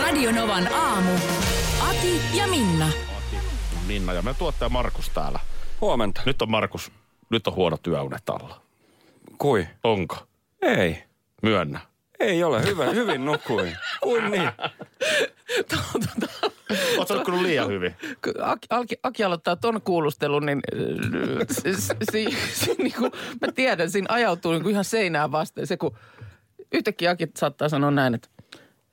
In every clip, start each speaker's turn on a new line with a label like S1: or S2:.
S1: Radionovan aamu. Ati ja Minna.
S2: Minna ja me tuottaja Markus täällä.
S3: Huomenta.
S2: Nyt on Markus, nyt on huono työunet alla.
S3: Kui?
S2: Onko?
S3: Ei.
S2: Myönnä.
S3: Ei ole hyvä. Hyvin nukuin. Kuin niin?
S2: Oletko nukkunut liian hyvin?
S4: Tuota, Kun Aki, Aki, Aki aloittaa ton kuulustelun, niin, äh, si, si, si, niin kuin, mä tiedän, siinä ajautuu niin kuin ihan seinään vasten. Se, kun yhtäkkiä Aki saattaa sanoa näin, että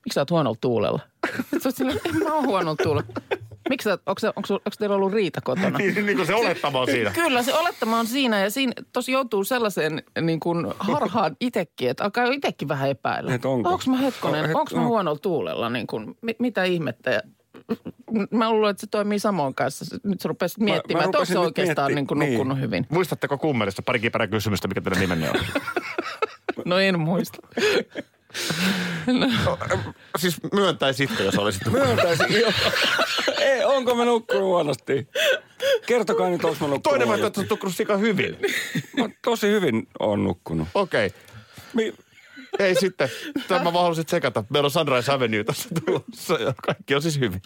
S4: miksi sä oot huonolla tuulella? Sitten sä oot silleen, en mä oon huonolla tuulella. Miksi sä, oot- onko, se- onko, sul- onko teillä ollut riita kotona?
S2: Niin, niin kuin se olettama on siinä.
S4: Kyllä, se olettama on siinä ja siinä tosi joutuu sellaiseen niin kuin harhaan itekin, että alkaa jo itekin vähän epäillä.
S3: Et no. onko?
S4: Onks mä hetkonen,
S3: O-
S4: onko
S3: het-
S4: mä
S3: on-
S4: huonolla tuulella, niin kuin, mi- mitä ihmettä ja Mä luulen, että se toimii samoin kanssa. Nyt sä rupesit miettimään, että onko
S3: rupesin
S4: se
S3: nyt
S4: oikeastaan
S3: mietti-
S4: niin kuin
S3: niin.
S4: nukkunut hyvin.
S2: Muistatteko kummelista pari kiperää kysymystä, mikä teidän nimenne on?
S4: No en muista.
S2: siis myöntäisitkö, jos olisit
S3: Myöntäisin. jo. Ei, onko mä nukkunut huonosti? Kertokaa nyt, onko mä nukkunut
S2: Toinen
S3: huonosti.
S2: vaihtoehto, että nukkunut sika hyvin.
S3: Mä tosi hyvin on nukkunut.
S2: Okei.
S3: Mi-
S2: Ei sitten. Tämä mä halusin tsekata. Meillä on Sunrise Avenue tässä tulossa ja kaikki on siis hyvin.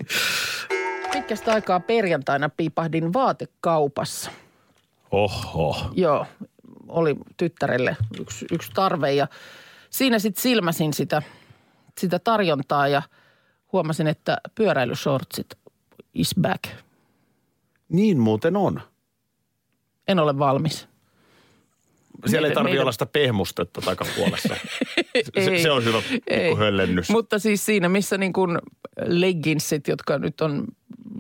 S4: Pitkästä aikaa perjantaina piipahdin vaatekaupassa.
S2: Oho.
S4: Joo, oli tyttärelle yksi, yksi tarve ja siinä sitten silmäsin sitä, sitä tarjontaa ja huomasin, että pyöräilyshortsit is back.
S2: Niin muuten on.
S4: En ole valmis.
S2: Siellä ei
S4: Meidän-
S2: tarvitse
S4: meidän-
S2: olla sitä pehmustetta takapuolessa. Se,
S4: Ei.
S2: se on hyvä
S4: Ei.
S2: pikku höllennys.
S4: Mutta siis siinä, missä niin kuin legginsit, jotka nyt on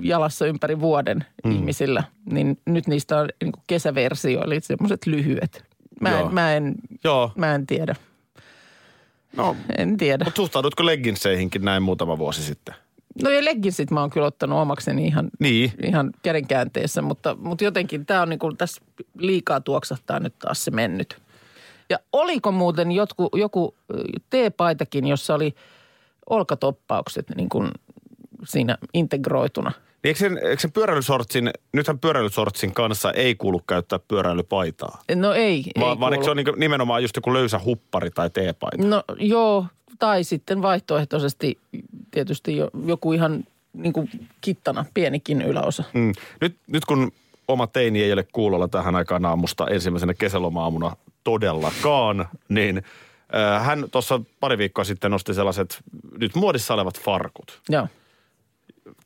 S4: jalassa ympäri vuoden mm. ihmisillä, niin nyt niistä on niin kuin kesäversio, eli semmoiset lyhyet. Mä
S2: Joo.
S4: en, mä, en,
S2: Joo.
S4: mä en tiedä.
S2: No,
S4: En tiedä.
S2: Mutta suhtaudutko legginseihinkin näin muutama vuosi sitten?
S4: No ja legginsit mä oon kyllä ottanut omakseni ihan
S2: Niin.
S4: ihan kädenkäänteessä, mutta, mutta jotenkin tämä on niin kuin, tässä liikaa tuoksahtaa nyt taas se mennyt. Ja oliko muuten jotku, joku ö, teepaitakin, jossa oli olkatoppaukset niin kuin siinä integroituna?
S2: Niin eikö sen, eikö sen pyöräilysortsin, nythän pyöräilysortsin kanssa ei kuulu käyttää pyöräilypaitaa?
S4: No ei,
S2: Va,
S4: ei
S2: vaan eikö se
S4: kuulu.
S2: niin? ole niin, nimenomaan just joku löysä huppari tai teepaita?
S4: No joo, tai sitten vaihtoehtoisesti tietysti jo, joku ihan niin kuin kittana, pienikin yläosa.
S2: Mm. Nyt, nyt kun oma teini ei ole kuulolla tähän aikaan aamusta ensimmäisenä kesäloma-aamuna todellakaan, niin äh, hän tuossa pari viikkoa sitten nosti sellaiset nyt muodissa olevat farkut.
S4: Joo.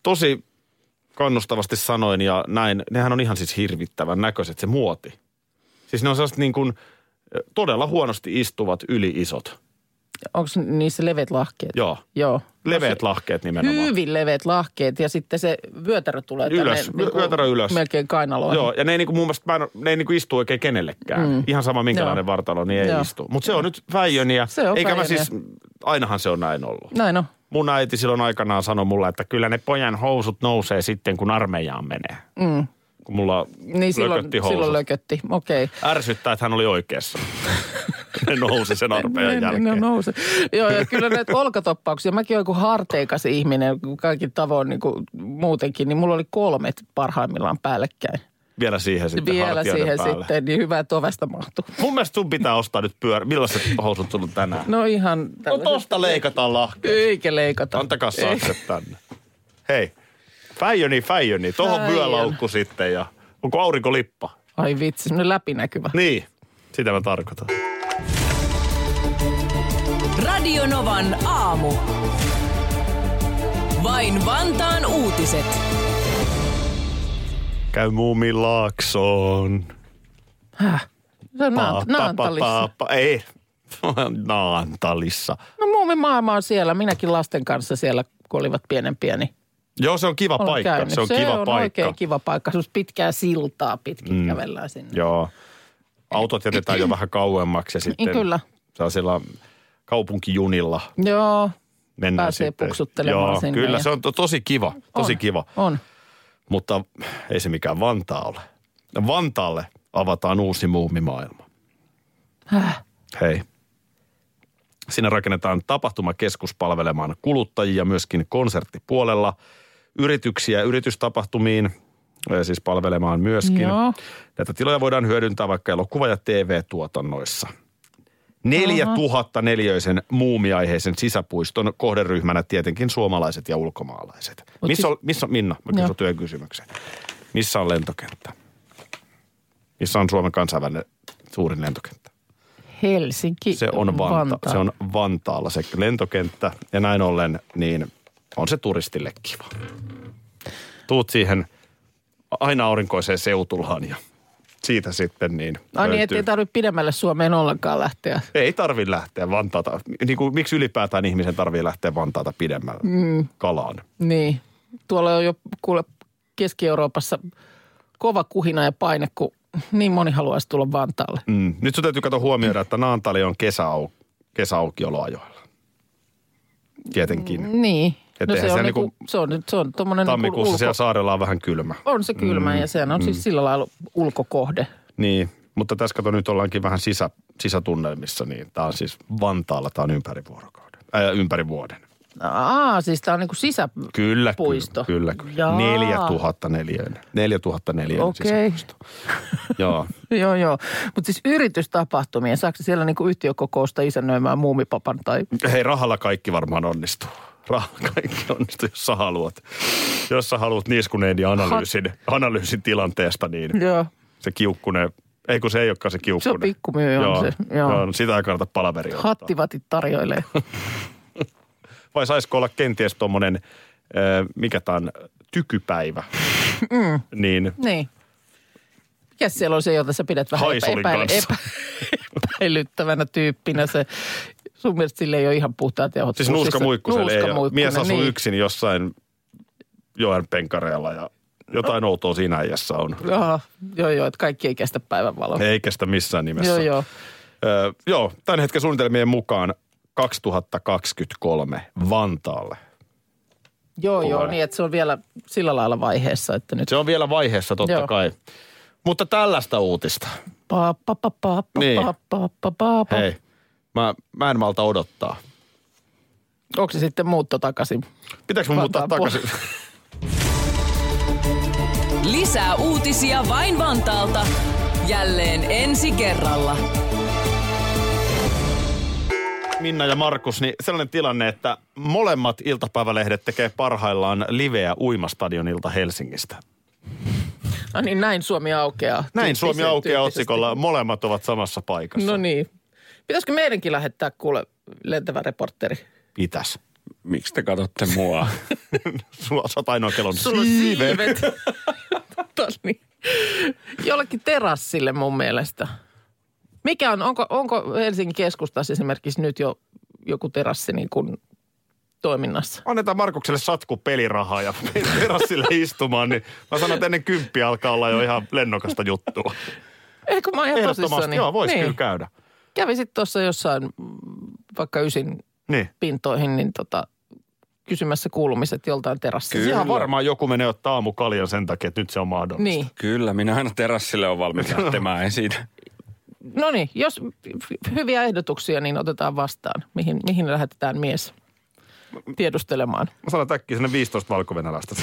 S2: Tosi kannustavasti sanoin ja näin, nehän on ihan siis hirvittävän näköiset se muoti. Siis ne on sellaiset niin kuin ö, todella huonosti istuvat yliisot.
S4: Onko niissä leveät lahkeet?
S2: Joo.
S4: Joo.
S2: Leveät lahkeet nimenomaan.
S4: Hyvin leveät lahkeet ja sitten se vyötärö tulee
S2: Ylös,
S4: tänne, niinku
S2: vyötärö ylös.
S4: melkein kainaloihin.
S2: Joo, ja ne ei niinku mun mielestä, mä en, ne ei niinku istu oikein kenellekään. Mm. Ihan sama minkälainen
S4: Joo.
S2: vartalo, niin ei
S4: Joo.
S2: istu. Mutta se on nyt Väijöniä.
S4: Se on No.
S2: Eikä mä
S4: Väijöniä.
S2: siis, ainahan se on näin ollut.
S4: Näin on.
S2: Mun äiti silloin aikanaan sanoi mulle, että kyllä ne pojan housut nousee sitten, kun armeijaan menee. Mm. Kun mulla
S4: Niin silloin,
S2: lökötti housut.
S4: silloin lökötti, okei.
S2: Ärsyttää, että hän oli oikeassa. ne nousi sen armeijan
S4: Ne-
S2: jälkeen.
S4: Ne, ne nouse. Joo, ja kyllä näitä olkatoppauksia. Mäkin olen joku harteikas ihminen, kaikin tavoin niin kuin muutenkin, niin mulla oli kolmet parhaimmillaan päällekkäin.
S2: Vielä siihen sitten
S4: Vielä
S2: hartioiden
S4: siihen
S2: päälle.
S4: sitten, niin hyvää tovesta mahtuu.
S2: Mun mielestä sun pitää ostaa nyt pyörä. Millaiset housut tullut tänään?
S4: No ihan
S2: No
S4: tällaiset-
S2: tosta leikataan lahkeet.
S4: Eikä leikata.
S2: Antakaa
S4: Ei.
S2: sakset tänne. Hei, Fäijöni, Fäijöni, tohon
S4: Fäijön.
S2: vyölaukku sitten ja onko aurinkolippa?
S4: Ai vitsi, semmoinen läpinäkyvä.
S2: Niin, sitä mä tarkoitan.
S1: Radionovan aamu. Vain Vantaan uutiset.
S2: Käy muumilaaksoon.
S4: Häh?
S2: Niin.
S4: Se on naant- Naantalissa.
S2: Ei, Naantalissa.
S4: No muumin maailma on siellä. Minäkin lasten kanssa siellä, kun olivat pienempiä, niin
S2: Joo, se on kiva
S4: olen
S2: paikka.
S4: käynyt.
S2: Se on kiva
S4: on
S2: paikka.
S4: oikein kiva paikka. Se on pitkää siltaa pitkin mm. kävellään sinne.
S2: Joo. Autot jätetään jo vähän kauemmaksi ja sitten
S4: Niin, kyllä.
S2: sellaisilla kaupunkijunilla
S4: Joo.
S2: mennään
S4: Pääsee
S2: sitten.
S4: puksuttelemaan
S2: Joo,
S4: sinne
S2: kyllä
S4: ja-
S2: se on to- tosi kiva, tosi
S4: on,
S2: kiva.
S4: On.
S2: Mutta ei se mikään Vantaa ole. Vantaalle avataan uusi muumimaailma.
S4: Häh.
S2: Hei. Siinä rakennetaan tapahtumakeskus palvelemaan kuluttajia myöskin konserttipuolella. Yrityksiä yritystapahtumiin ö, siis palvelemaan myöskin.
S4: Joo.
S2: Näitä tiloja voidaan hyödyntää vaikka elokuva- ja TV-tuotannoissa. 4000 neliöisen muumiaiheisen sisäpuiston kohderyhmänä tietenkin suomalaiset ja ulkomaalaiset.
S4: Mut
S2: Missä,
S4: siis-
S2: on, missä, Minna, mä
S4: Joo.
S2: kysyn työn kysymyksen. Missä on lentokenttä? Missä on Suomen kansainvälinen suurin lentokenttä?
S4: Helsinki.
S2: Se on, Vanta,
S4: Vantaa.
S2: se on Vantaalla se lentokenttä ja näin ollen niin on se turistille kiva. Tuut siihen aina aurinkoiseen seutulaan ja siitä sitten niin
S4: Ai niin,
S2: löytyy-
S4: ettei tarvitse pidemmälle Suomeen ollenkaan lähteä.
S2: Ei tarvi lähteä Vantaata. Niin kuin, miksi ylipäätään ihmisen tarvii lähteä Vantaata pidemmälle mm. kalaan?
S4: Niin. Tuolla on jo kuule Keski-Euroopassa kova kuhina ja paine, kun niin moni haluaisi tulla Vantaalle.
S2: Mm. Nyt sun täytyy kato huomioida, että Naantali on kesäau, kesäaukioloajoilla. Tietenkin.
S4: Niin.
S2: Et
S4: no
S2: eihän
S4: se on,
S2: siellä
S4: niinku,
S2: niinku
S4: se on, nyt- se on tommonen niinku
S2: Tammikuussa
S4: ulko,
S2: siellä saarella on vähän kylmä.
S4: on se kylmä mm, ja sehän on mm. siis sillä lailla ulkokohde.
S2: Niin, mutta tässä kato nyt ollaankin vähän sisä, sisätunnelmissa, niin tämä on siis Vantaalla, tämä on ympäri vuorokauden, ää, ympäri vuoden.
S4: Aa, siis tää on niinku sisä...
S2: Kyllä,
S4: Puisto.
S2: kyllä, kyllä. siis- kyllä.
S4: Jaa.
S2: 4000 neliöinen. 4000 neliöinen
S4: Okei.
S2: sisäpuisto. Joo.
S4: Joo, joo. Mutta siis yritystapahtumia, saako siellä niinku yhtiökokousta isännöimään muumipapan tai...
S2: Hei, rahalla kaikki varmaan onnistuu. Rahalla kaikki onnistuu, jos sä haluat. Jos sä haluat niiskuneeni analyysin, analyysin tilanteesta, niin
S4: Joo.
S2: se kiukkunen, ei kun se ei olekaan se
S4: Se
S2: kiukkunen.
S4: on pikkumyy, on
S2: joo,
S4: se.
S2: Joo.
S4: Joo.
S2: joo, sitä ei kannata palaveria ottaa.
S4: Hattivatit tarjoilee.
S2: Vai saisiko olla kenties tuommoinen, mikä tämä on, tykypäivä? Mm. Niin,
S4: niin. Mikäs siellä on se, jota sä pidät vähän epä,
S2: Haisulin
S4: epäile,
S2: kanssa. Siis
S4: epä, epäilyttävänä tyyppinä se... Sun mielestä sille ei ole ihan puhtaat jauhot.
S2: siis
S4: pussissa.
S2: Nuuska Muikkuselle ei ole.
S4: Nuuskamuikkunen,
S2: Mies asuu
S4: niin.
S2: yksin jossain joen penkareella ja jotain outoa siinä äijässä on.
S4: Joo, joo, joo, että kaikki ei kestä päivänvaloa.
S2: Ei kestä missään nimessä.
S4: Joo, joo.
S2: Ö, joo, tämän hetken suunnitelmien mukaan 2023 Vantaalle.
S4: Joo, joo,
S2: Tulee.
S4: niin että se on vielä sillä lailla vaiheessa, että nyt...
S2: Se on vielä vaiheessa totta
S4: Joo.
S2: kai. Mutta tällaista uutista.
S4: Pa, pa, pa, pa, pa,
S2: Niin.
S4: pa, pa, pa, pa, pa.
S2: Hei, mä, mä en malta odottaa.
S4: Onko se sitten muutto takaisin?
S2: Pitääkö mun muuttaa
S4: Vantaan
S2: takaisin?
S1: Lisää uutisia vain Vantaalta. Jälleen ensi kerralla.
S2: Minna ja Markus, niin sellainen tilanne, että molemmat iltapäivälehdet tekee parhaillaan liveä uimastadionilta Helsingistä.
S4: No niin, näin Suomi aukeaa.
S2: Näin
S4: Tyyppisen-
S2: Suomi aukeaa
S4: tyyppisesti.
S2: otsikolla, molemmat ovat samassa paikassa.
S4: No niin. Pitäisikö meidänkin lähettää kuule lentävä reporteri?
S2: Pitäs.
S3: Miksi te katsotte mua?
S2: Sulla sä oot ainoa kelon.
S4: Sulla on siivet. Totta niin. Jollekin terassille mun mielestä. Mikä on, onko, onko Helsingin keskustassa esimerkiksi nyt jo joku terassi niin kuin toiminnassa?
S2: Annetaan Markukselle satku pelirahaa ja terassille istumaan, niin mä sanon, että ennen kymppiä alkaa olla jo ihan lennokasta juttua.
S4: Eikö mä oon ihan
S2: Ehdottomasti,
S4: tosissani.
S2: joo, voisi
S4: niin.
S2: kyllä käydä.
S4: Kävisit tuossa jossain mm, vaikka ysin
S2: Niin.
S4: pintoihin, niin tota, kysymässä kuulumiset joltain terassilta.
S2: Siis ihan varmaan joku menee ottaa aamukaljan sen takia, että nyt se on mahdollista.
S4: Niin.
S3: Kyllä, minä aina terassille on valmis lähtemään, ei siitä.
S4: No niin, jos hyviä ehdotuksia, niin otetaan vastaan. Mihin, mihin lähetetään mies tiedustelemaan?
S2: Mä sanon äkkiä sinne 15 valkovenäläistä.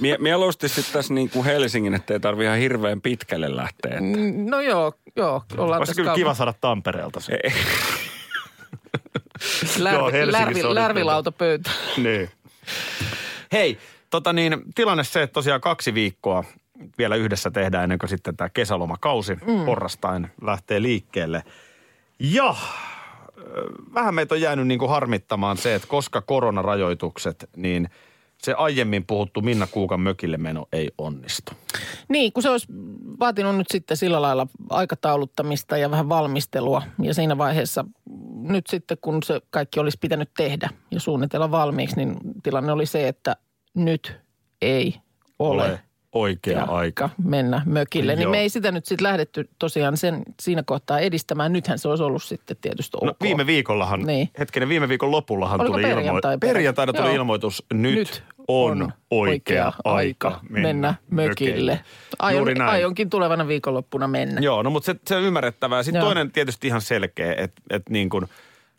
S3: Mie- mieluusti sitten tässä niin kuin Helsingin, ettei tarvi ihan hirveän pitkälle lähteä. Että.
S4: Mm, No joo, joo. Ollaan
S2: Olisi
S4: tässä
S2: kyllä
S4: kauan-
S2: kiva saada Tampereelta se.
S4: Lärvi,
S2: Joo,
S4: joo,
S2: Helsingissä on
S4: lärvi,
S2: nyt
S4: lärvilautapöytä.
S2: niin. Hei, tota niin, tilanne se, että tosiaan kaksi viikkoa vielä yhdessä tehdään ennen kuin sitten tämä kesälomakausi mm. porrastaen lähtee liikkeelle. Ja äh, vähän meitä on jäänyt niin kuin harmittamaan se, että koska koronarajoitukset, niin se aiemmin puhuttu Minna Kuukan mökille meno ei onnistu.
S4: Niin, kun se olisi vaatinut nyt sitten sillä lailla aikatauluttamista ja vähän valmistelua. Ja siinä vaiheessa nyt sitten, kun se kaikki olisi pitänyt tehdä ja suunnitella valmiiksi, niin tilanne oli se, että nyt ei ole,
S2: Ole oikea aika. aika.
S4: mennä mökille. Joo. Niin
S2: Joo.
S4: me ei sitä nyt sitten lähdetty tosiaan sen, siinä kohtaa edistämään. Nythän se olisi ollut sitten tietysti ok.
S2: No, viime viikollahan,
S4: Niin.
S2: niin. hetkinen, viime viikon lopullahan
S4: Oliko
S2: tuli
S4: perjantai?
S2: ilmoitus. Perjantaina tuli
S4: Joo.
S2: ilmoitus, nyt, nyt on oikea, aika
S4: mennä, mökille. Aion,
S2: Juuri näin.
S4: aionkin tulevana viikonloppuna mennä.
S2: Joo, no mutta se, se on ymmärrettävää. Sitten
S4: Joo.
S2: Joo. toinen tietysti ihan selkeä, että et niin kuin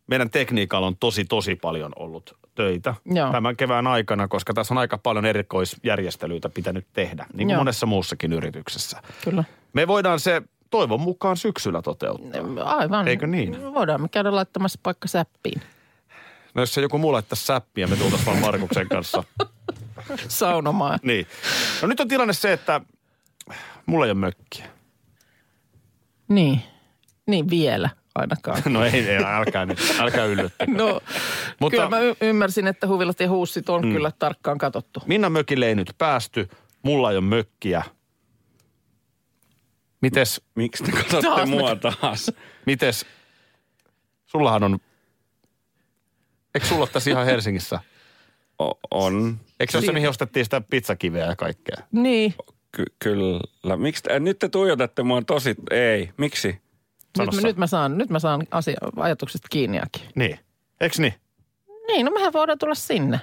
S2: meidän tekniikalla on tosi, tosi paljon ollut töitä
S4: Joo.
S2: tämän kevään aikana, koska tässä on aika paljon erikoisjärjestelyitä pitänyt tehdä, niin kuin
S4: Joo.
S2: monessa muussakin yrityksessä.
S4: Kyllä.
S2: Me voidaan se toivon mukaan syksyllä toteuttaa.
S4: Aivan.
S2: Eikö niin?
S4: Voidaan me käydä laittamassa paikka säppiin.
S2: No jos se joku muu laittaisi säppiä, me tultaisiin vaan Markuksen kanssa.
S4: Saunomaan.
S2: Niin. No nyt on tilanne se, että mulla ei ole mökkiä.
S4: Niin. Niin vielä ainakaan.
S2: No ei, ei älkää nyt, älkää yllyttä.
S4: No, Mutta...
S2: Mutta-
S4: kyllä mä y- ymmärsin, että huvilat ja huussit on mm. kyllä tarkkaan katsottu.
S2: Minna mökille ei nyt päästy, mulla ei ole mökkiä. Mites,
S3: Miksi te
S4: Taas
S3: katsotte
S4: me-
S3: mua taas?
S2: mites, sullahan on, eikö sulla ole tässä ihan Helsingissä?
S3: O- on.
S2: Eikö se ole se, mihin ostettiin sitä pizzakiveä ja kaikkea?
S4: Niin.
S3: Ky- kyllä. Miksi te, nyt te tuijotatte mua tosi... Ei. Miksi?
S4: Nyt
S2: Sano
S4: mä,
S2: sä.
S4: nyt mä saan, nyt mä saan asia, ajatukset kiinni Aki.
S2: Niin. Eikö niin?
S4: Niin, no mehän voidaan tulla sinne.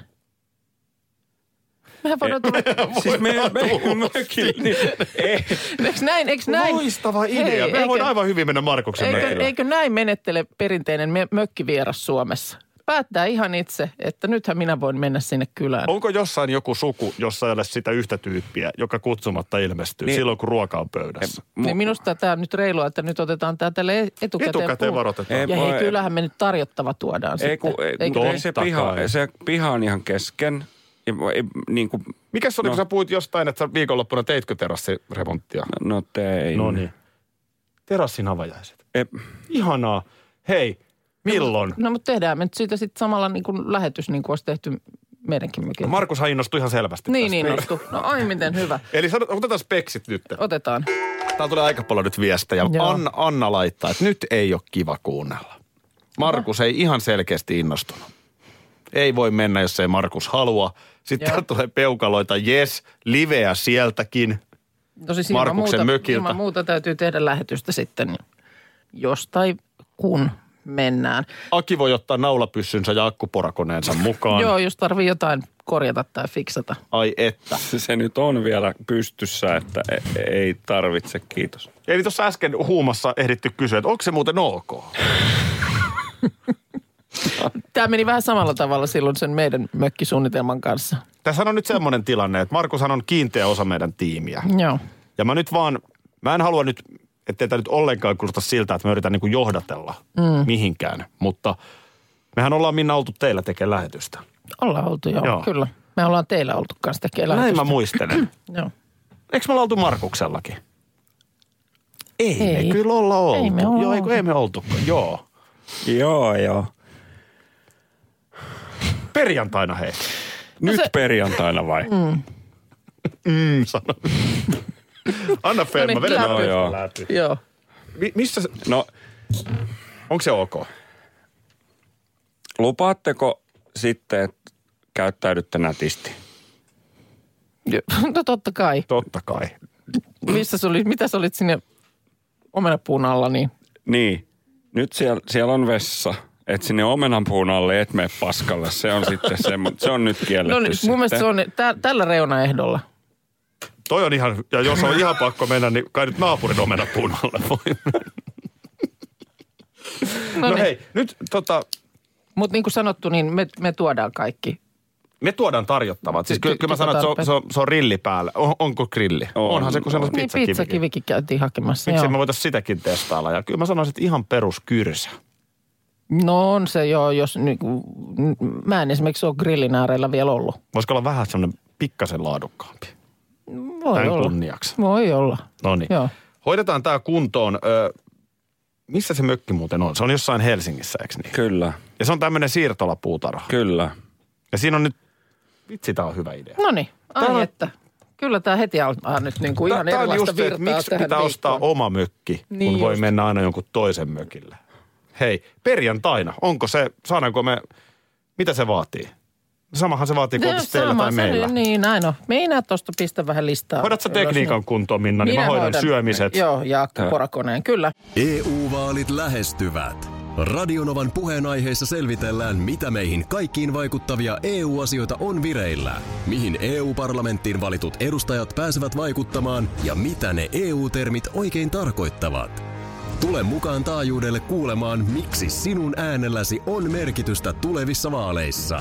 S4: Mehän voidaan tulla...
S3: Siis me, me, mökille. Niin, ei.
S4: Eiks näin, eiks näin?
S2: Loistava idea.
S4: Hei,
S2: Me voin
S4: eikö-
S2: aivan hyvin mennä Markuksen
S4: Eikö,
S2: mökille.
S4: eikö näin menettele perinteinen me- mökkivieras Suomessa? Päättää ihan itse, että nythän minä voin mennä sinne kylään.
S2: Onko jossain joku suku, jossa ei ole sitä yhtä tyyppiä, joka kutsumatta ilmestyy
S3: Niin.
S2: silloin, kun ruoka on pöydässä?
S4: Niin minusta tämä on nyt reilua, että nyt otetaan tämä tälle e- etukäteen,
S2: Etukäteen
S4: puhu-
S2: varoitetaan.
S4: Ja
S3: Ei
S4: hei,
S3: voi-
S4: kyllähän me nyt tarjottava tuodaan
S3: Ei,
S4: sitten.
S3: kun, ei,
S4: Eikö
S3: kun
S4: niin?
S3: ei se,
S2: Totta
S3: piha,
S2: kai.
S3: se piha on ihan kesken. Ja, ei, niin kuin,
S2: Mikä se oli,
S3: No.
S2: no. kun sä puhuit jostain, että sä viikonloppuna teitkö terassiremonttia? Mm.
S3: no tein.
S2: niin. Terassin avajaiset.
S3: E,
S2: Ihanaa.
S3: No,
S2: Hei, milloin?
S4: No mutta tehdään me nyt siitä sitten samalla niin kuin lähetys, niin kuin olisi tehty meidänkin mökillä.
S2: Markushan innostui ihan selvästi
S4: niin,
S2: tästä.
S4: niin, nostu. No ai miten hyvä.
S2: Eli sanot- otetaan speksit nyt.
S4: Otetaan.
S2: Täällä tulee aika paljon nyt viestejä.
S4: Joo.
S2: Anna, Anna laittaa, että nyt ei ole kiva kuunnella. Markus ei ihan selkeästi innostunut. Ei voi mennä, jos ei Markus halua. Sitten
S4: Joo.
S2: täällä tulee peukaloita, jes, liveä sieltäkin.
S4: No siis ilman
S2: Markuksen
S4: muuta,
S2: mökiltä.
S4: ilman muuta täytyy tehdä lähetystä sitten, jos tai kun mennään.
S2: Aki voi ottaa naulapyssynsä ja akkuporakoneensa mukaan.
S4: Joo, jos tarvii jotain korjata tai fiksata.
S2: Ai että.
S3: se nyt on vielä pystyssä, että e- ei tarvitse, kiitos.
S2: Eli tuossa äsken huumassa ehditty kysyä, että onko se muuten ok?
S4: Tämä meni vähän samalla tavalla silloin sen meidän mökkisuunnitelman kanssa.
S2: Tässä on nyt semmoinen tilanne, että Markushan on kiinteä osa meidän tiimiä.
S4: Joo.
S2: Ja mä nyt vaan, mä en halua nyt, ettei tämä nyt ollenkaan kuulosta siltä, että mä yritän niinku johdatella mm. mihinkään. Mutta mehän ollaan Minna oltu teillä tekemään lähetystä.
S4: Ollaan oltu, joo, joo.
S2: Joo.
S4: kyllä. Me ollaan teillä oltu kanssa tekemään
S2: Näin
S4: lähetystä.
S2: mä muistelen.
S4: Joo.
S2: Eikö me olla oltu Markuksellakin? Ei,
S4: Ei.
S2: me kyllä olla oltu.
S4: Ei me olla
S2: Joo,
S4: oltu.
S2: eikö, ei me oltu. Joo.
S3: Joo, joo.
S2: Perjantaina hei.
S3: Nyt
S4: se-
S3: No se... perjantaina vai? Mm.
S2: Mm, sano. Anna
S4: No
S2: Femma,
S4: niin,
S2: no niin,
S4: läpi.
S3: Joo,
S2: vedetään.
S3: joo.
S4: Joo.
S2: Mi- missä, se-
S3: No,
S2: onko se ok?
S3: lupaatteko sitten, että käyttäydytte nätisti?
S4: No totta kai.
S2: Totta kai.
S4: Missä sä olit, mitä sä olit sinne omenapuun alla, niin
S3: Niin. Nyt siellä, siellä on vessa. Et sinne omenanpuun alle et mene paskalle. Se on sitten se, se on nyt kielletty
S4: No niin,
S3: sitten.
S4: mun mielestä se on tä- tällä reunaehdolla.
S2: Toi on ihan, ja jos on ihan pakko mennä, niin kai nyt naapurin omenapuun alle voi
S4: No,
S2: No
S4: niin.
S2: hei, nyt tota,
S4: Mutta niin kuin sanottu, niin me, me tuodaan kaikki. Niin
S2: me tuodaan tarjottavat. Siis kyllä, kyllä mä sanon, että se on, se on, se on rilli päällä. On, onko grilli?
S3: On.
S2: On, Onhan se kuin sellainen
S4: Niin
S2: pizzakivi.
S4: pizzakivikin käytiin hakemassa.
S2: Miksi
S4: joo.
S2: me voitaisiin sitäkin testailla? Ja kyllä mä sanoisin, että ihan peruskyrsä.
S4: No on se joo, jos niinku, n- mä en esimerkiksi ole grillin äärellä vielä ollut.
S2: Voisiko olla vähän semmoinen pikkasen laadukkaampi?
S4: Voi
S2: Tän
S4: olla.
S2: kunniaksi.
S4: Voi olla.
S2: No niin.
S4: Joo.
S2: Hoidetaan tämä kuntoon. Ö, missä se mökki muuten on? Se on jossain Helsingissä, eikö niin?
S3: Kyllä,
S2: Ja se on tämmöinen siirtolapuutarha.
S3: kyllä.
S2: Ja siinä on nyt, vitsi tää on hyvä idea.
S4: No niin, ai
S2: Tää on-
S4: että. Kyllä tämä heti alkaa nyt niinku ihan
S2: Tää- tää on
S4: erilaista
S2: just se, että
S4: virtaa
S2: miksi pitää
S4: tähän
S2: ostaa
S4: viikkoon.
S2: oma mökki, niin
S4: Niin
S2: kun voi
S4: just.
S2: mennä aina jonkun toisen mökille. Hei, perjantaina, onko se, saadaanko me, mitä se vaatii? Samahan se vaatii kuitenkin teillä tai
S4: sama, No, se
S2: meillä.
S4: nyt- Niin, näin on. Minä tuosta pistän vähän listaa.
S2: Hoidat sä
S4: ylös,
S2: tekniikan
S4: niin-
S2: kuntoon, Minna, niin mä
S4: Minä
S2: hoidan
S4: hoidan.
S2: syömiset.
S4: Joo, Jaakko Porakoneen, kyllä.
S5: EU-vaalit E lähestyvät. Radionovan puheenaiheessa selvitellään, mitä meihin kaikkiin vaikuttavia EU-asioita on vireillä, mihin EU-parlamenttiin valitut edustajat pääsevät vaikuttamaan ja mitä ne EU-termit oikein tarkoittavat. Tule mukaan taajuudelle kuulemaan, miksi sinun äänelläsi on merkitystä tulevissa vaaleissa.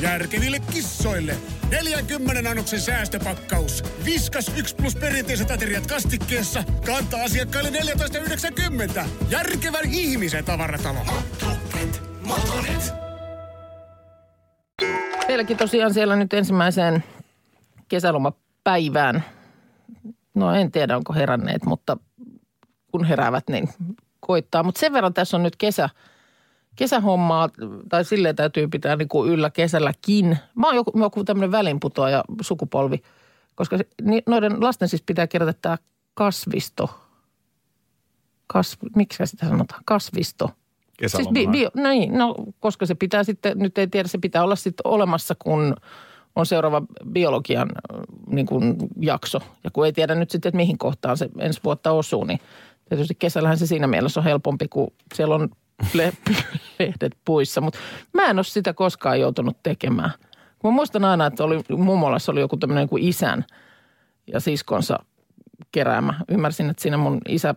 S6: Järkeville kissoille 40 annoksen säästöpakkaus. Viskas 1 plus perinteiset ateriat kastikkeessa. Kantaa asiakkaille 14,90. Järkevän ihmisen tavaratalo.
S4: Teilläkin tosiaan siellä nyt ensimmäiseen kesälomapäivään. No en tiedä, onko heränneet, mutta kun heräävät, niin koittaa. Mutta sen verran tässä on nyt kesä, kesähommaa, tai sille täytyy pitää niin kuin yllä kesälläkin. Mä oon joku, joku tämmöinen välinputoaja sukupolvi, koska se- ni- noiden lasten siis pitää kerätä tämä kasvisto. Kasvi, miksi sitä sanotaan? Kasvisto. Siis bi, bi, no niin, no, koska se pitää sitten, nyt ei tiedä, se pitää olla sitten olemassa, kun on seuraava biologian äh, niin kuin, jakso. Ja kun ei tiedä nyt sitten, että mihin kohtaan se ensi vuotta osuu, niin tietysti kesällähän se siinä mielessä on helpompi, kun siellä on le- lehdet puissa. Mutta mä en ole sitä koskaan joutunut tekemään. Mä muistan aina, että oli, mummolassa oli joku tämmöinen kuin isän ja siskonsa keräämä. Ymmärsin, että siinä mun isä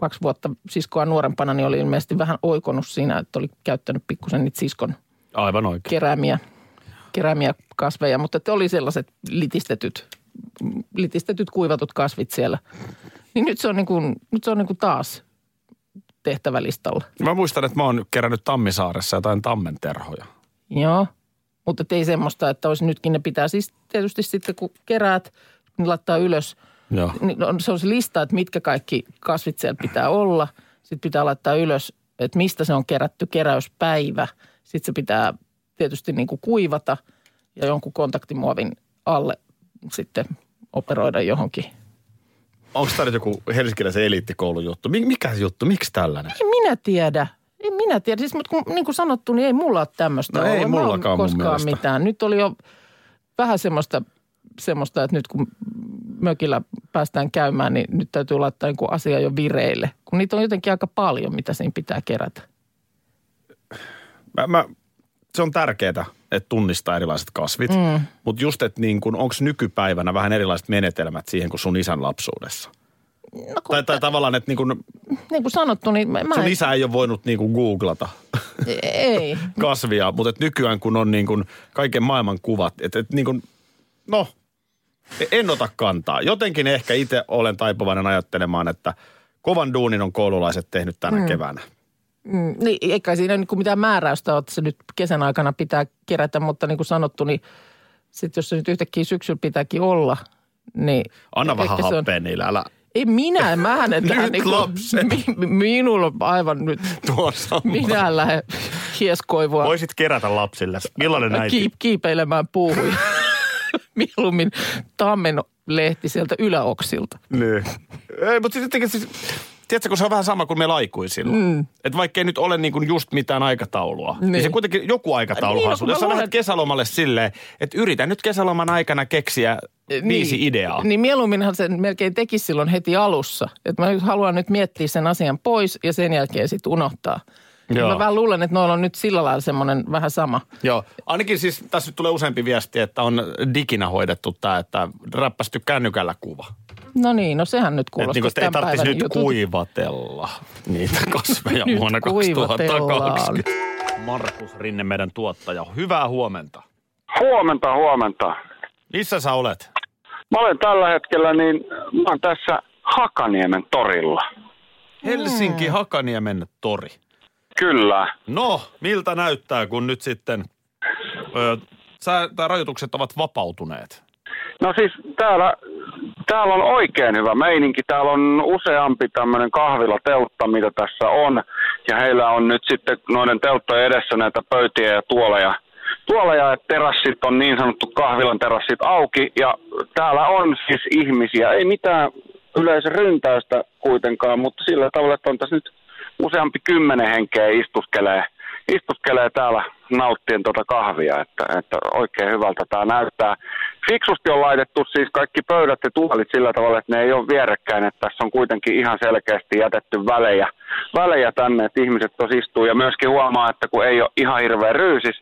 S4: kaksi vuotta siskoa nuorempana, niin oli ilmeisesti vähän oikonut siinä, että oli käyttänyt pikkusen niitä siskon
S2: Aivan oikein.
S4: keräämiä, keräämiä kasveja, mutta että oli sellaiset litistetyt, litistetyt kuivatut kasvit siellä. Niin nyt se on, niin kuin, nyt se on niin kuin taas tehtävälistalla.
S2: Mä muistan, että mä oon kerännyt Tammisaaressa jotain tammenterhoja.
S4: Joo, mutta ei semmoista, että olisi nytkin ne pitää siis tietysti sitten kun keräät, niin laittaa ylös.
S2: Joo.
S4: Niin on, se on se lista, että mitkä kaikki kasvit siellä pitää olla. Sitten pitää laittaa ylös, että mistä se on kerätty keräyspäivä. Sitten se pitää tietysti niin kuin kuivata ja jonkun kontaktimuovin alle sitten operoida johonkin.
S2: Onko tämä nyt joku helsinkiläisen eliittikoulun juttu? Mi- Mikä se juttu? Miksi tällainen?
S4: En minä tiedä. En minä tiedä. Siis, mutta kun, niin kuin sanottu, niin ei mulla ole tämmöistä.
S2: No ei
S4: ollut. Mä oon
S2: mullakaan mun
S4: koskaan
S2: mielestä.
S4: mitään. Nyt oli jo vähän semmoista, semmoista, että nyt kun mökillä päästään käymään, niin nyt täytyy laittaa joku asia jo vireille. Kun niitä on jotenkin aika paljon, mitä siinä pitää kerätä.
S2: Mä, mä, se on tärkeää, että tunnistaa erilaiset kasvit. Mm. Mutta just, että niin onko nykypäivänä vähän erilaiset menetelmät siihen kuin sun isän lapsuudessa?
S4: No kun,
S2: Tai, tai tavallaan, että niin kun
S4: niin kuin sanottu, niin mä, mä
S2: sun
S4: en-
S2: isä ei ole voinut niin kuin googlata
S4: ei.
S2: kasvia, mutta et nykyään kun on niin kuin kaiken maailman kuvat, että et niin kuin, no, en ota kantaa. Jotenkin ehkä itse olen taipuvainen ajattelemaan, että kovan duunin on koululaiset tehnyt tänä mm. keväänä.
S4: Mm, Niin, eikä siinä niin mitään määräystä ole, että se nyt kesän aikana pitää kerätä, mutta niin kuin sanottu, niin sitten jos se nyt yhtäkkiä syksyllä pitääkin olla, niin...
S2: Anna vähän
S4: ehkä se on-
S2: happea niillä, älä
S4: Ei minä, mä en niinku-
S2: Nyt lapset.
S4: mi, minulla on aivan nyt,
S2: tuossa.
S4: minä en lähde hieskoivua
S2: Voisit kerätä lapsille. Millainen
S4: kiip, kiipeilemään puuhun. Mieluummin tammen lehti sieltä yläoksilta.
S2: Niin. Ei, mutta sitten siis, tiedätkö, kun se on vähän sama kuin meillä aikuisilla. Mm. Että vaikka ei nyt ole niin kuin just mitään aikataulua, niin, niin
S4: Niin.
S2: se kuitenkin joku
S4: Niin,
S2: aikatauluhan
S4: no
S2: niin,
S4: kun
S2: sulle.
S4: mä
S2: Jos sä
S4: luulen-
S2: lähdet kesälomalle silleen, että yritän nyt kesäloman aikana keksiä niin. viisi ideaa. Niin.
S4: Niin mieluumminhan sen melkein teki silloin heti alussa. Että mä nyt haluan nyt miettiä sen asian pois ja sen jälkeen sitten unohtaa.
S2: Joo.
S4: Joo. Mä vähän luulen, että noilla on nyt sillä lailla semmoinen vähän sama.
S2: Joo, ainakin siis tässä nyt tulee useampi viesti, että on diginä hoidettu tämä, että räppästy kännykällä kuva.
S4: No niin, no sehän nyt
S2: Että
S4: kuulostaa
S2: niin ei
S4: tämän
S2: tarvitsisi
S4: päivän
S2: nyt
S4: jutulta.
S2: kuivatella niitä kasveja
S4: Nyt
S2: vuonna
S4: kuivatellaan.
S2: 2020. Markus Rinne, meidän tuottaja. Hyvää huomenta.
S7: Huomenta, huomenta.
S2: Missä sä olet?
S7: Mä olen tällä hetkellä, niin mä oon tässä Hakaniemen torilla.
S2: Helsinki Hakaniemen tori.
S7: Kyllä.
S2: No, miltä näyttää, kun nyt sitten ö, sää, tai rajoitukset ovat vapautuneet.
S7: No siis täällä, täällä on oikein hyvä meininki. Täällä on useampi tämmöinen kahvilateltta, mitä tässä on. Ja heillä on nyt sitten noiden telttojen edessä näitä pöytiä ja tuoleja. Tuoleja ja terassit on niin sanottu kahvilan terassit auki. Ja täällä on siis ihmisiä. Ei mitään yleisryntäystä kuitenkaan, mutta sillä tavalla, että on tässä nyt useampi kymmenen henkeä istuskelee, istuskelee täällä nauttien tuota kahvia, että, että oikein hyvältä tämä näyttää. Fiksusti on laitettu siis kaikki pöydät ja tuolit sillä tavalla, että ne ei ole vierekkäin, että tässä on kuitenkin ihan selkeästi jätetty välejä, välejä tänne, että ihmiset tuossa istuu ja myöskin huomaa, että kun ei ole ihan hirveä ryysis,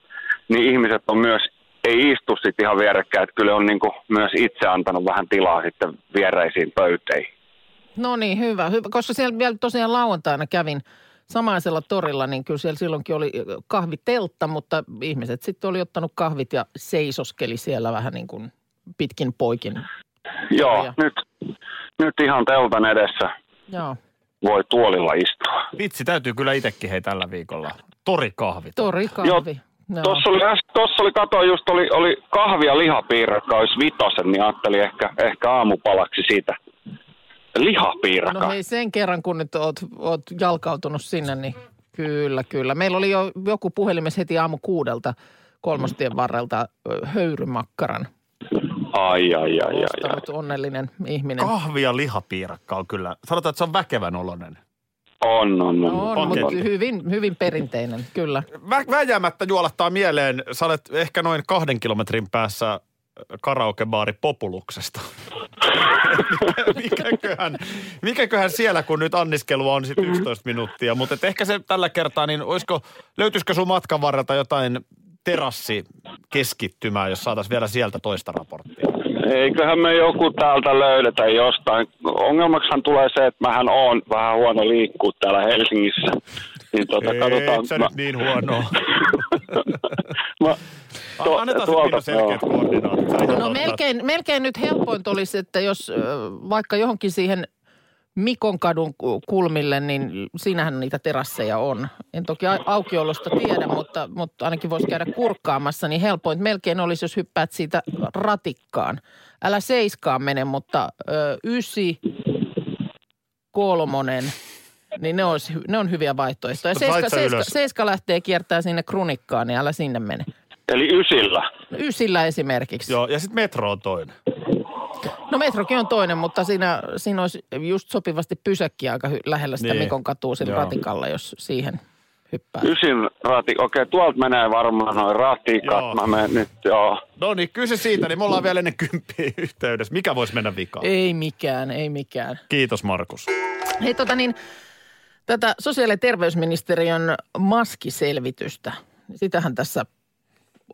S7: niin ihmiset on myös ei istu sitten ihan vierekkäin, että kyllä on niin myös itse antanut vähän tilaa sitten viereisiin pöyteihin.
S4: No niin, hyvä, hyvä. Koska siellä vielä tosiaan lauantaina kävin samaisella torilla, niin kyllä siellä silloinkin oli kahviteltta, mutta ihmiset sitten oli ottanut kahvit ja seisoskeli siellä vähän niin kuin pitkin poikin.
S7: Joo,
S4: Joo.
S7: nyt, nyt ihan teltan edessä
S4: Joo,
S7: voi tuolilla istua.
S2: Vitsi, täytyy kyllä itsekin hei tällä viikolla. Torikahvit.
S4: torikahvi. Joo.
S7: Tuossa oli, äs- tossa oli kato, just oli, oli kahvi- ja lihapiirakka, olisi vitosen, niin ajattelin ehkä, ehkä aamupalaksi siitä. Lihapiirakka.
S4: No hei, sen kerran kun nyt oot, oot jalkautunut sinne, niin kyllä, kyllä. Meillä oli jo joku puhelimessa heti aamu kuudelta kolmostien varrelta ö, höyrymakkaran.
S7: Ai, ai, ai, ai, ai.
S4: Ostanut onnellinen ihminen.
S2: Kahvi ja lihapiirakka on kyllä. Sanotaan, että se on väkevän oloinen.
S7: On, on, on.
S4: No On, mutta
S2: Paketti.
S4: hyvin, hyvin perinteinen, kyllä.
S2: Vä- väjäämättä juolahtaa mieleen, sä olet ehkä noin kahden kilometrin päässä äh, karaokebaari Populuksesta. mikäköhän, mikäköhän siellä, kun nyt anniskelua on sitten 11 minuuttia, mutta et ehkä se tällä kertaa, niin olisiko, löytyisikö sun matkan varrelta jotain terassi keskittymää, jos saataisiin vielä sieltä toista raporttia?
S7: Eiköhän me joku täältä löydetä jostain. Ongelmaksihan tulee se, että mähän on vähän huono liikkuu täällä Helsingissä. Niin tuota, katsotaan.
S2: Et sä
S7: mä-
S2: nyt niin huonoa.
S7: mä-
S2: To, Annetaan tuolta, Pino
S7: tuolta-
S2: selkeät
S7: joo.
S2: koordinaatit. Sä ihan
S4: No
S2: oot-
S4: melkein, melkein nyt helpointa olisi, että jos ö, vaikka johonkin siihen Mikon kadun ku- kulmille, niin siinähän niitä terasseja on. En toki a- aukiolosta tiedä, mutta, mutta ainakin voisi käydä kurkkaamassa, niin helpoin melkein olisi, jos hyppäät siitä ratikkaan. Älä seiskaan mene, mutta ö, ysi, kolmonen, niin ne, olisi, hy- ne on hyviä vaihtoehtoja. Ja
S2: Mutta
S4: Seiska,
S2: lait sä
S4: seiska,
S2: ylös.
S4: seiska lähtee kiertää sinne krunikkaan, niin älä sinne mene.
S7: Eli ysillä.
S4: Ysillä esimerkiksi.
S2: Joo, ja sitten metro on toinen.
S4: No metrokin on toinen, mutta siinä, siinä olisi just sopivasti pysäkki aika hy- lähellä sitä
S2: Niin.
S4: niin. Mikon katua sillä
S2: Joo.
S4: ratikalla, jos siihen hyppää.
S7: Ysin rati. Okei, tuolta menee varmaan noin
S2: Joo.
S7: ratikat. Mä menen nyt, joo.
S2: No niin, kyse siitä, niin me ollaan vielä ennen kymppiä yhteydessä. Mikä voisi mennä vikaan?
S4: Ei mikään, ei mikään.
S2: Kiitos Markus.
S4: Hei tota niin, tätä sosiaali- ja terveysministeriön maskiselvitystä, sitähän tässä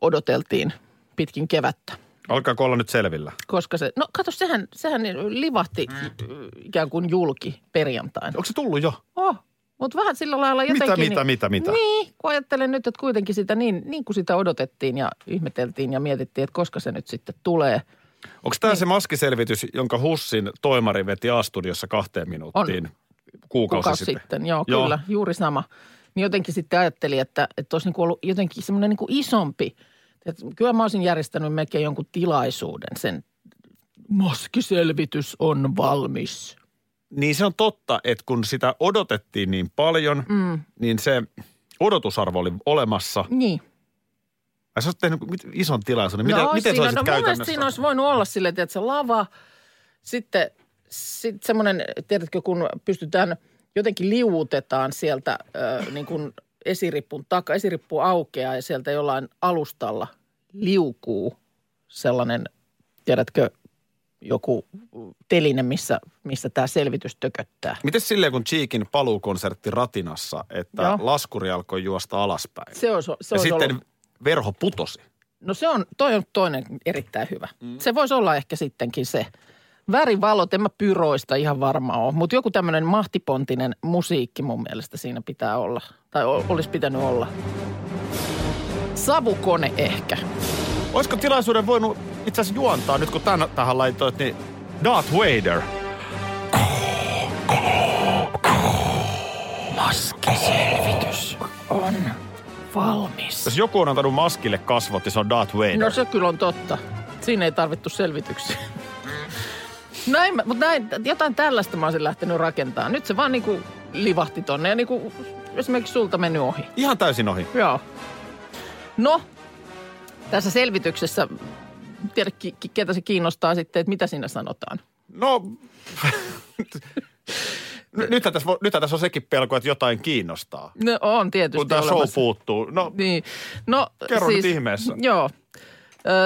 S4: odoteltiin pitkin kevättä.
S2: Alkaako olla nyt selvillä?
S4: Koska se, no kato, sehän, sehän livahti ö, ikään kuin julki perjantaina.
S2: Onko se tullut jo?
S4: Oh, mutta vähän sillä lailla
S2: Mitä,
S4: jotenkin...
S2: mitä, mitä, mitä?
S4: Niin, kun ajattelen nyt, että kuitenkin sitä niin, niin kuin sitä odotettiin ja ihmeteltiin ja mietittiin, että koska se nyt sitten tulee.
S2: Onko
S4: Niin.
S2: tämä se maskiselvitys, jonka Hussin toimari veti A-studiossa kahteen minuuttiin on. kuukausi
S4: Kuka
S2: sitten?
S4: sitten? Joo,
S2: Joo.
S4: Joo, kyllä, juuri sama. Niin jotenkin sitten ajattelin, että, että olisi niin ollut jotenkin semmoinen niin kuin isompi. Että kyllä mä olisin järjestänyt melkein jonkun tilaisuuden sen. Maskiselvitys on valmis.
S2: Niin se on totta, että kun sitä odotettiin niin paljon, mm. niin se odotusarvo oli olemassa.
S4: Niin.
S2: Ai sä oot tehnyt mit- ison tilaisuuden. Miten, miten se
S4: siinä,
S2: olisi
S4: no, mun mielestä
S2: käytännössä?
S4: siinä olisi voinut olla silleen, että se lava, sitten sit semmoinen, tiedätkö, kun pystytään, jotenkin liuutetaan sieltä ö, niin kuin esiripun takaa, esirippu aukeaa ja sieltä jollain alustalla liukuu sellainen, tiedätkö, joku teline, missä, missä tämä selvitys tököttää.
S2: Miten silleen, kun Cheekin paluukonsertti Ratinassa, että Joo.
S4: Joo.
S2: laskuri alkoi juosta alaspäin?
S4: Se olisi, se
S2: ja
S4: olisi
S2: sitten
S4: ollut,
S2: verho putosi.
S4: no se on, toi on toinen erittäin hyvä. Mm. Se voisi olla ehkä sittenkin se. Värivalot, en mä pyroista ihan varma ole, mutta joku tämmöinen mahtipontinen musiikki mun mielestä siinä pitää olla. Tai o- olisi pitänyt olla. Savukone ehkä.
S2: Olisiko tilaisuuden voinut itse asiassa juontaa nyt, kun tän, tähän laitoit, niin Darth Vader.
S4: Maskiselvitys on valmis.
S2: Jos joku on antanut maskille kasvot, niin se on Darth Vader.
S4: No se kyllä on totta. Siinä ei tarvittu selvityksiä. Näin, mä- mutta näin, jotain tällaista mä olisin lähtenyt rakentamaan. Nyt se vaan niinku livahti tonne ja niinku esimerkiksi sulta mennyt ohi.
S2: Ihan täysin ohi.
S4: Joo. No, tässä selvityksessä, tiedä ki- ki- ketä se kiinnostaa sitten, että mitä siinä sanotaan.
S2: No, N- nythän tässä, vo- nythän tässä on sekin pelko, että jotain kiinnostaa.
S4: No on tietysti
S2: Kun tämä show
S4: olemassa.
S2: puuttuu. No,
S4: Niin. No,
S2: Kerro
S4: siis,
S2: nyt ihmeessä.
S4: Joo.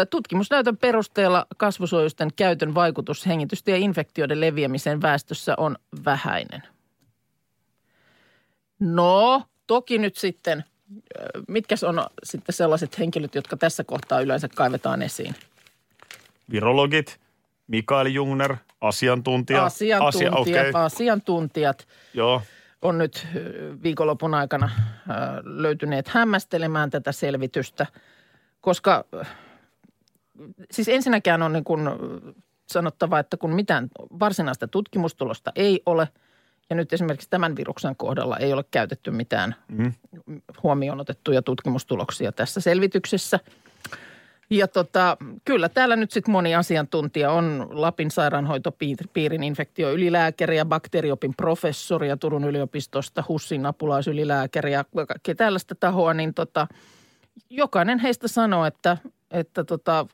S4: Ö, Tutkimusnäytön perusteella kasvosuojusten käytön vaikutus hengitystä ja infektioiden leviämiseen väestössä on vähäinen. No, toki nyt sitten, ö, mitkäs on sitten sellaiset henkilöt, jotka tässä kohtaa yleensä kaivetaan esiin?
S2: virologit, Mikael Jungner, asiantuntija.
S4: Asiantuntijat,
S2: Asia, okei,
S4: asiantuntijat
S2: joo.
S4: on nyt ö, viikonlopun aikana ö, löytyneet hämmästelemään tätä selvitystä, koska ö, siis ensinnäkään on niin kuin ö, sanottava, että kun mitään varsinaista tutkimustulosta ei ole, ja nyt esimerkiksi tämän viruksen kohdalla ei ole käytetty mitään huomioon otettuja tutkimustuloksia tässä selvityksessä. Ja tota, kyllä täällä nyt sitten moni asiantuntija on Lapin sairaanhoitopiirin infektioylilääkäriä, bakteriopin professoria Turun yliopistosta, HUSin apulaisylilääkäriä, kaikkea tällaista tahoa, niin tota, jokainen heistä sanoo, että, että tota,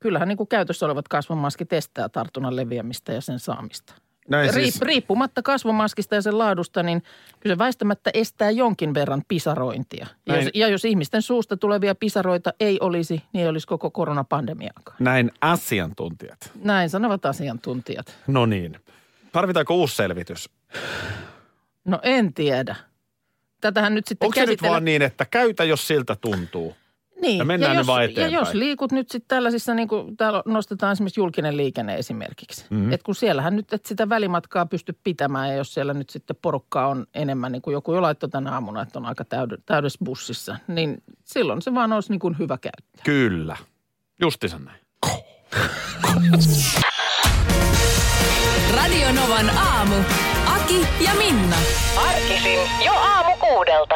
S4: kyllähän niin kuin käytössä olevat kasvomaskit estää tartunnan leviämistä ja sen saamista.
S2: Näin
S4: Riip,
S2: siis,
S4: Riippumatta kasvomaskista ja sen laadusta, niin kyllä se väistämättä estää jonkin verran pisarointia. Ja
S2: Näin.
S4: jos, ja jos ihmisten suusta tulevia pisaroita ei olisi, niin ei olisi koko koronapandemiaakaan.
S2: näin asiantuntijat.
S4: Näin sanovat asiantuntijat.
S2: No niin. Tarvitaanko uusi selvitys?
S4: No en tiedä. Tätähän nyt sitten
S2: Onko se nyt
S4: käsitellään-
S2: vaan niin, että käytä, jos siltä tuntuu?
S4: Niin.
S2: Ja mennään
S4: ja
S2: nyt
S4: jos,
S2: vaan
S4: Ja jos
S2: eteenpäin.
S4: liikut nyt sitten tällaisissa, niin kuin täällä nostetaan esimerkiksi julkinen liikenne esimerkiksi. Mm-hmm. Et kun siellähän nyt et sitä välimatkaa pysty pitämään ja jos siellä nyt sitten porukkaa on enemmän, niin kuin joku jo laittoi tänä aamuna, että on aika täyd- täydessä bussissa, niin silloin se vaan olisi niin kuin hyvä käyttää.
S2: Kyllä. Justiinsa näin.
S1: Radio Novan aamu. Aki ja Minna.
S8: Arkisin jo aamu kuudelta.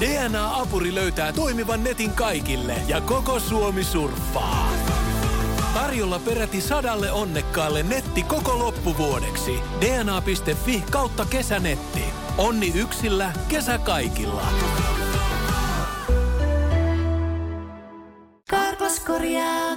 S9: DNA-apuri löytää toimivan netin kaikille ja koko Suomi surffaa. Tarjolla peräti sadalle onnekkaalle netti koko loppuvuodeksi. dna.fi kautta kesänetti. Onni yksillä, kesä kaikilla.
S10: Karklas korjaa,